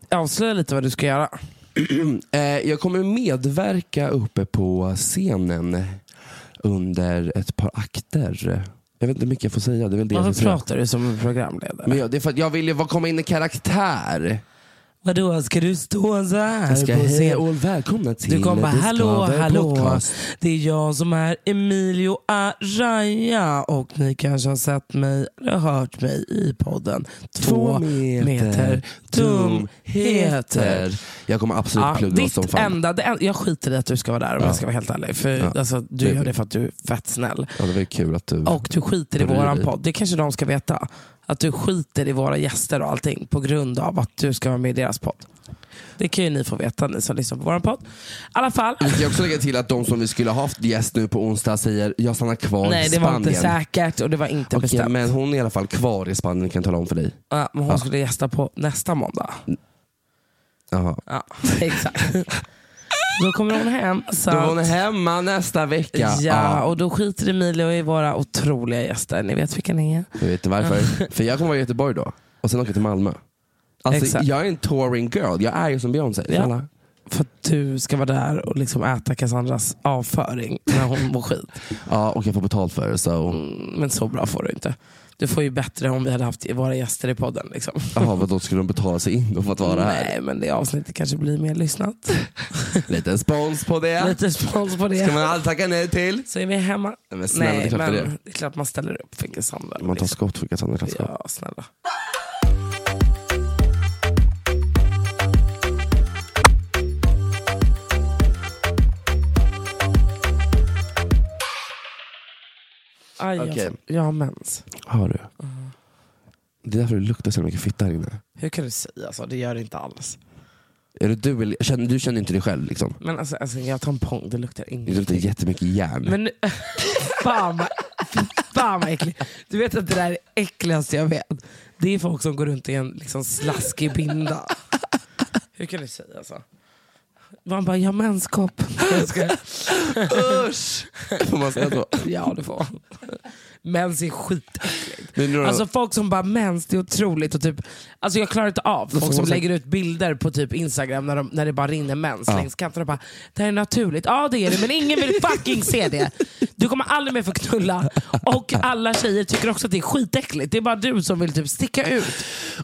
B: eh, avslöja lite vad du ska göra?
C: Eh, jag kommer medverka uppe på scenen under ett par akter. Jag vet inte hur mycket jag får säga. Det är väl det jag
B: Varför
C: ska säga.
B: pratar du som en programledare?
C: Men jag, det är för att jag vill ju vara- komma in i karaktär.
B: Vadå, ska du stå så här
C: Jag ska
B: på
C: hej
B: scen?
C: och välkomna till
B: Du kommer bara,
C: Discover
B: hallå, hallå.
C: Podcast.
B: Det är jag som är Emilio Araya och ni kanske har sett mig eller hört mig i podden Två, meter dumheter.
C: Jag kommer absolut
B: Ja,
C: plugga oss
B: ditt
C: som fan.
B: enda, det en, jag skiter i att du ska vara där om jag ska vara helt ärlig. För
C: Ja,
B: alltså, du
C: det-
B: gör det för att du är fett snäll.
C: Ja, det var ju kul att du...
B: Och du skiter i
C: Bryr
B: våran
C: dig.
B: podd. Det kanske de ska veta. Att du skiter i våra gäster och allting på grund av att du ska vara med i deras podd. Det kan ju ni få veta, ni som lyssnar på våran podd. I alla fall.
C: Vi kan också lägga till att de som vi skulle ha haft gäst nu på onsdag säger jag stannar kvar i
B: Nej, det
C: Spanien.
B: var inte säkert och det var inte
C: Okej,
B: bestämt.
C: men hon är i alla fall kvar i Spanien kan jag tala om för dig.
B: Ja, men hon skulle gästa på nästa måndag.
C: Jaha.
B: Ja, exakt. då kommer hon hem. Så
C: Då är hon
B: att-
C: hemma nästa vecka.
B: Ja, och då skiter Emilio i våra otroliga gäster. Ni vet vilka ni är.
C: Jag vet inte varför. För jag kommer vara i Göteborg då och sen åka till Malmö. Alltså,
B: Exakt.
C: Jag är en touring girl. Jag är ju som Beyoncé.
B: Ja.
C: Snälla.
B: För att du ska vara där och liksom äta Cassandras avföring när hon mår skit.
C: Ja, och jag får betalt för det. Så.
B: Men så bra får du inte. Du får ju bättre om vi hade haft våra gäster i podden. Liksom.
C: Jaha, vadå, skulle de betala sig in då för att vara här?
B: Nej, men det avsnittet kanske blir mer lyssnat.
C: Lite spons på det.
B: Lite spons på det.
C: Ska man aldrig tacka nej till.
B: Så är vi hemma.
C: Nej, men snälla, det är klart
B: men
C: det är.
B: det är klart man ställer upp för Cassandra.
C: Man tar
B: liksom.
C: skott för Cassandra Klatskov.
B: Ja, snälla. Aj,
C: Okej.
B: jag, jag har mens.
C: Har du? Det är därför det luktar så mycket fitta här inne.
B: Hur kan du säga så? Det gör det inte alls.
C: Är det du, eller, känner, du känner inte dig själv liksom?
B: Men alltså, alltså jag har tampong, det luktar
C: Det
B: ingenting.
C: luktar jättemycket järn.
B: Men nu- fan, vad- fy fan vad äckligt. Du vet att det där är det äckligaste jag vet. Det är folk som går runt i en liksom slaskig binda. Hur kan du säga så? Man bara, jag har menskopp. Jag ska-
C: usch! Får man säga så?
B: Ja det får man. Mens är skitäckligt.
C: Men nu-
B: Alltså folk som bara mens, det är otroligt. Och typ, alltså jag klarar inte av
C: får
B: folk som
C: man säga-
B: lägger ut bilder på typ instagram när, de, när det bara rinner mens längs kanterna. och Bara, det här är naturligt. Ja det är det, men ingen vill fucking se det. Du kommer aldrig mer få knulla. Och alla tjejer tycker också att det är skitäckligt. Det är bara du som vill typ sticka ut.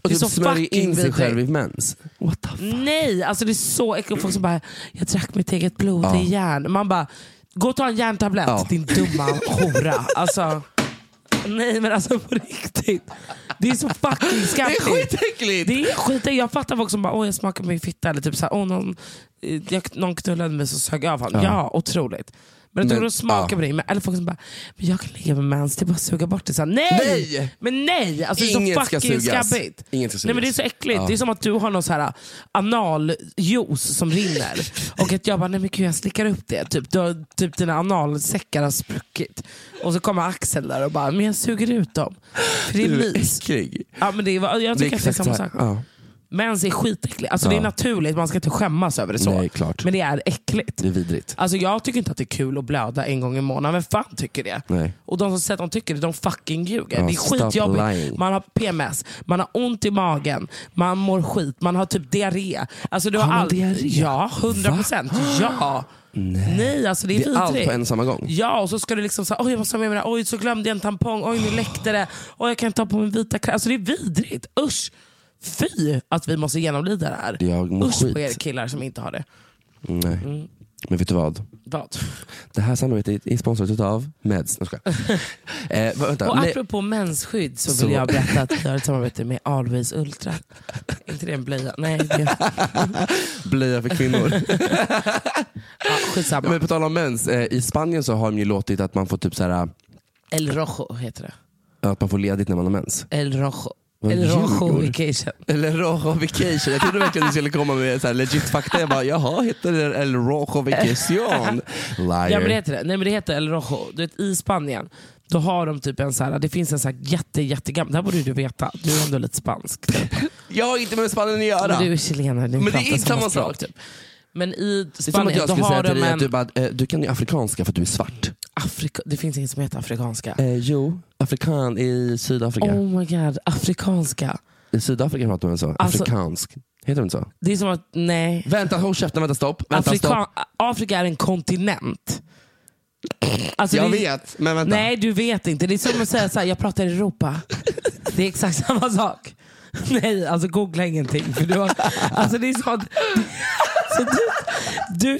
C: och
B: det är
C: typ
B: så
C: smörjer in
B: fucking
C: sig
B: vidrigt.
C: själv i mens. What the fuck?
B: Nej, alltså det är så äckligt. Folk som bara, jag drack mitt eget blod, det är järn. Man bara, gå och ta en järntablett
C: Ja.
B: din dumma hora. Alltså, nej men alltså på riktigt. Det är så fucking skamligt.
C: skitäckligt!
B: Det är skitäckligt. Jag fattar folk som bara, åh jag smakar min fitta. Eller typ såhär, åh någon, eh, jag, någon knullade mig så sög jag av honom. Ja, otroligt. Men jag
C: Men,
B: tog och smakade
C: ja.
B: på det. Men, eller folk som bara, men jag kan ligga med mens, det är bara att suga bort det. Så, här, nej!
C: Nej!
B: Men nej! Alltså, det är
C: Inget
B: så
C: ska
B: fucking
C: sugas.
B: skabbigt.
C: Inget ska
B: Nej, men det är
C: sugas.
B: så äckligt.
C: Ja.
B: Det är som att du har någon så här äh, analjuice som rinner. och att jag bara, nej men gud jag slickar upp det. Typ, du har, typ dina analsäckar har spruckit. Och så kommer Axel där och bara, men jag suger ut dem. För det är
C: Du är
B: mys.
C: äcklig.
B: Ja, men det är, jag tycker att det är
C: exakt
B: samma
C: så här.
B: sak.
C: Ja.
B: Mens är skitäckligt. Alltså, Det är
C: Ja.
B: naturligt, man ska inte skämmas över det så.
C: Nej, klart.
B: Men det är äckligt.
C: Det är vidrigt.
B: Alltså jag tycker inte att det är kul att blöda en gång i månaden. Vem fan tycker det?
C: Nej.
B: Och de som säger att de tycker det, de fucking ljuger.
C: Ja,
B: det är
C: stop lying.
B: skitjobbigt. Man har PMS, man har ont i magen, man mår skit, man har typ diarré. Alltså du har,
C: man
B: allt.
C: diarré?
B: Ja, 100 procent. Ja. Nej. alltså det är
C: Det är
B: vidrigt.
C: allt på en och samma gång.
B: Ja, och så ska du liksom säga oj jag måste ha med mig det här. oj så glömde jag en tampong, oj nu läckte det, oj jag kan inte ha på min vita kläder. Alltså det är vidrigt. Usch! Fy att vi måste genomlida det här.
C: Jag mår
B: Usch
C: skit.
B: på er killar som inte har det. Mm.
C: Nej. Men vet du vad?
B: Vad?
C: Det här samarbetet är sponsrat utav Meds. Jag skojar. eh, va- vänta.
B: Och
C: Nej.
B: apropå mensskydd så vill
C: Så-
B: jag berätta att vi har ett samarbete med Always Ultra. inte det en blöja? Nej, det...
C: Blöja för kvinnor.
B: ja, skitsamma.
C: Men på tal om mens, eh, i Spanien så har de ju låtit att man får typ så här, eh,
B: El Rojo heter det.
C: att man får ledigt när man har mens.
B: El Rojo.
C: Vad
B: El Rojo
C: ljuger.
B: vacation.
C: Eller Rojo Vacation. Jag trodde verkligen du skulle komma med så här legit fakta. Jag bara, jaha, heter det El Rojo Vacation? Liar.
B: Ja, men det heter det. Nej men det heter El Rojo. Du vet, I Spanien, då har de typ en så här, det finns en så här jätte, jättegammal, det här borde ju du veta, du är ändå lite spansk. Typ.
C: Jag har inte med Spanien att göra.
B: Men du är chilenare, ni
C: Men det är
B: pratar
C: inte samma sak.
B: Typ. Men i
C: det är som att
B: Spanien,
C: jag
B: då
C: skulle säga
B: har
C: till
B: de
C: dig att
B: en...
C: du, bara, eh, du kan ju afrikanska för att du är svart.
B: Afrika, det finns inget som heter afrikanska.
C: Eh, jo, afrikan i Sydafrika.
B: Oh my god, afrikanska.
C: I Sydafrika pratar man så?
B: Alltså-
C: Afrikansk. Heter det inte så?
B: Det är som att, nej.
C: Vänta, håll käften, vänta stopp. Vänta,
B: Afrika,
C: stopp.
B: Afrika är en kontinent. Alltså,
C: Jag
B: det är-
C: vet, men vänta.
B: Nej, du vet inte. Det är som att säga så här, jag pratar Europa. Det är exakt samma sak. Nej, alltså googla ingenting. För du har, alltså det är som att, så du,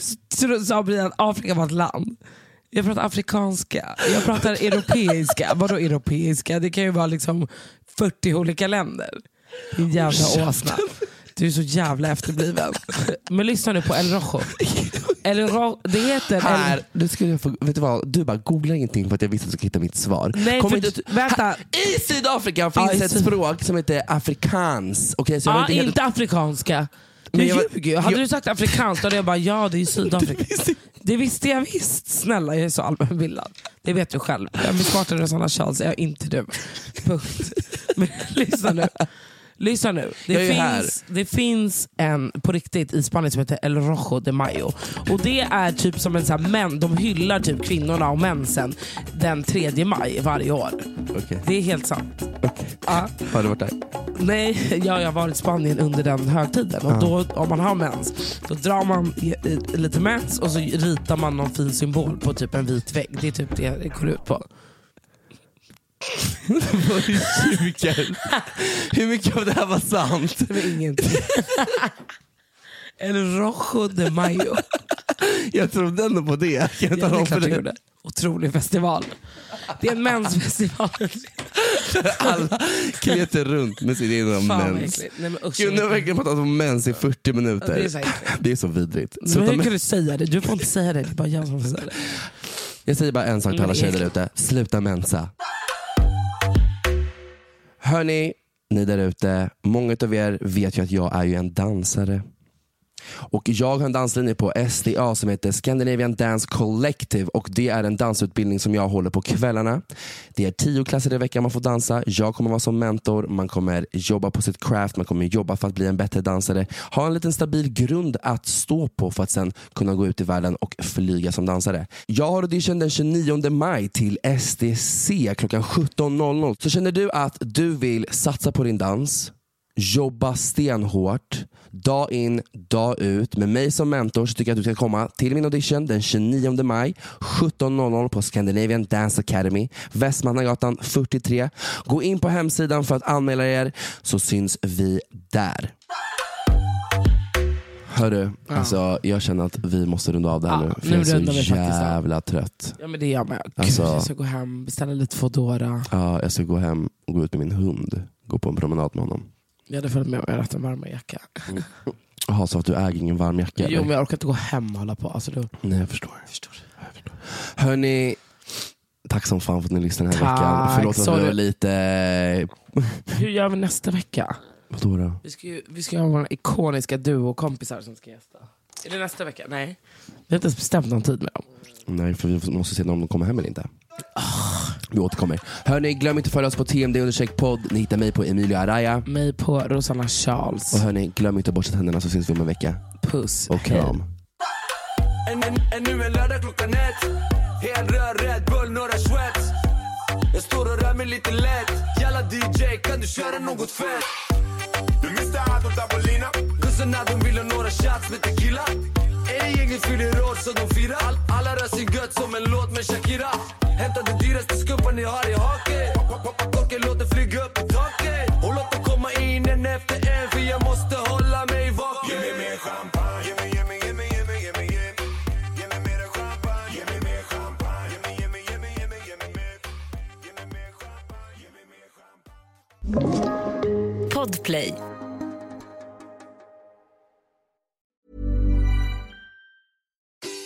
B: du sa Brian att Afrika var ett land. Jag pratar afrikanska, jag pratar europeiska. Vadå europeiska? Det kan ju vara liksom 40 olika länder. Din jävla åsna. Du är så jävla efterbliven. Men lyssna nu på El Rojo. El Rojo det heter... El-
C: Här, nu skulle jag få, vet du vad? Du bara googla ingenting för att jag visste att du skulle hitta mitt svar.
B: Nej,
C: Kom
B: för,
C: inte-
B: vänta.
C: I Sydafrika
B: Ja,
C: finns
B: i
C: ett
B: Syd-
C: språk som heter afrikans. Okej, så jag
B: Ja,
C: var
B: Ah, inte,
C: helt-
B: afrikanska. Du
C: Men jag var-
B: ljuger ju. Hade
C: jag-
B: du sagt afrikanskt då hade jag bara, ja det är ju Sydafrika. Det visste jag visst. Snälla, jag är så allmänbildad. Det vet du själv. Jag blir smartare än sådana Charles, jag är inte du. Punkt. Men lyssna nu. Lyssna nu. Det
C: Jag är ju
B: finns, det finns en på riktigt i Spanien som heter El Rojo de Mayo. Och det är typ som en sån här män, de hyllar typ kvinnorna och mensen den 3 maj varje år.
C: Okej.
B: Det är helt sant. Ja.
C: Har du varit där?
B: Nej, ja, jag har varit i Spanien under den högtiden. Och då, om man har mens, då drar man i, i, lite mens och så ritar man någon fin symbol på typ en vit vägg. Det är typ det det går ut på.
C: Vad du ljuger. Hur mycket av det här var sant?
B: Det är ingenting. El Rojo de Mayo.
C: Jag trodde ändå på det. Kan jag
B: Det
C: tala
B: är
C: om
B: klart
C: för
B: jag
C: dig?
B: gjorde. Otrolig festival. Det är en mensfestival.
C: Alla kletar runt med sin egna
B: Fan vad
C: mens.
B: äckligt. Nej, men usch,
C: Gud, nu har vi verkligen pratat om mens i 40 minuter.
B: Ja, det är så äckligt.
C: Det är så vidrigt.
B: Men
C: Sluta
B: hur
C: med-
B: kan du säga det? Du får inte säga det. Det är bara jag som får säga det. Mm,
C: Jag säger bara en sak till alla
B: Men
C: tjejer
B: det är
C: där ute. Sluta mensa. Hörni, ni där ute. Många av er vet ju att jag är ju en dansare. Och jag har en danslinje på SDA som heter Scandinavian Dance Collective och det är en dansutbildning som jag håller på kvällarna. Det är tio klasser i veckan man får dansa. Jag kommer vara som mentor, man kommer jobba på sitt craft, man kommer jobba för att bli en bättre dansare. Ha en liten stabil grund att stå på för att sen kunna gå ut i världen och flyga som dansare. Jag har audition den 29 maj till SDC klockan 17.00. Så känner du att du vill satsa på din dans, Jobba stenhårt, dag in, dag ut. Med mig som mentor så tycker jag att du ska komma till min audition den 29 maj 17.00 på Scandinavian Dance Academy, Västmannagatan 43. Gå in på hemsidan för att anmäla er så syns vi där. Hörru, alltså, jag känner att vi måste runda av det här
B: Ja,
C: nu. För
B: nu
C: jag är så
B: rundar vi faktiskt av.
C: jävla trött.
B: Ja, men det är jag med. Gud,
C: Alltså-
B: jag ska gå hem, beställa lite Foodora.
C: Ja, jag ska gå hem och gå ut med min hund. Gå på en promenad med honom.
B: Jag hade följt med mig rätt en varm jacka.
C: Jaha, så att du äger ingen varm jacka?
B: Jo,
C: eller?
B: men jag orkar inte gå hem och hålla på. Alltså, då...
C: Nej, jag förstår. Jag förstår. Hörni, tack som fan för att ni lyssnade den här
B: Tack,
C: veckan. Förlåt
B: sa
C: att vi
B: du-
C: var lite...
B: Hur gör vi nästa vecka?
C: Vadå då?
B: Vi ska ju vi ska ha våra ikoniska duo-kompisar som ska gästa. Är det nästa vecka? Nej. Vi har inte ens bestämt någon tid med dem.
C: Nej, för vi måste se om de kommer hem eller inte. Vi återkommer. Hörni, glöm inte att följa oss på TMD understreck podd. Ni hittar mig på Emilio Araya.
B: Mig på Rosanna Charles.
C: Och hörni, glöm inte att borsta tänderna så syns vi om en vecka.
B: Puss.
C: Och kram.
D: Ännu en lördag klockan ett Hel röd Red Bull, några Schweppes Jag står och rör mig lite lätt Jalla DJ, kan du köra något fett? Du missade Ado Dabolina Gussarna de vill ha några shots med tequila Ey, gänget fyller år så de firar All, Alla rör sig gött som en låt med Shakira Hämta den dyraste skumpan ni har i hake Korken låter flyga upp i taket Och låt dem komma in en efter en För jag måste hålla mig vaken Ge mig mer champagne, ge mig, ge mig, ge mig, ge mig, ge mig, ge mig. Give me more champagne, give me more champagne, give me, give me, give me, give me, give me more, give me more champagne, give me more champagne.
E: Podplay.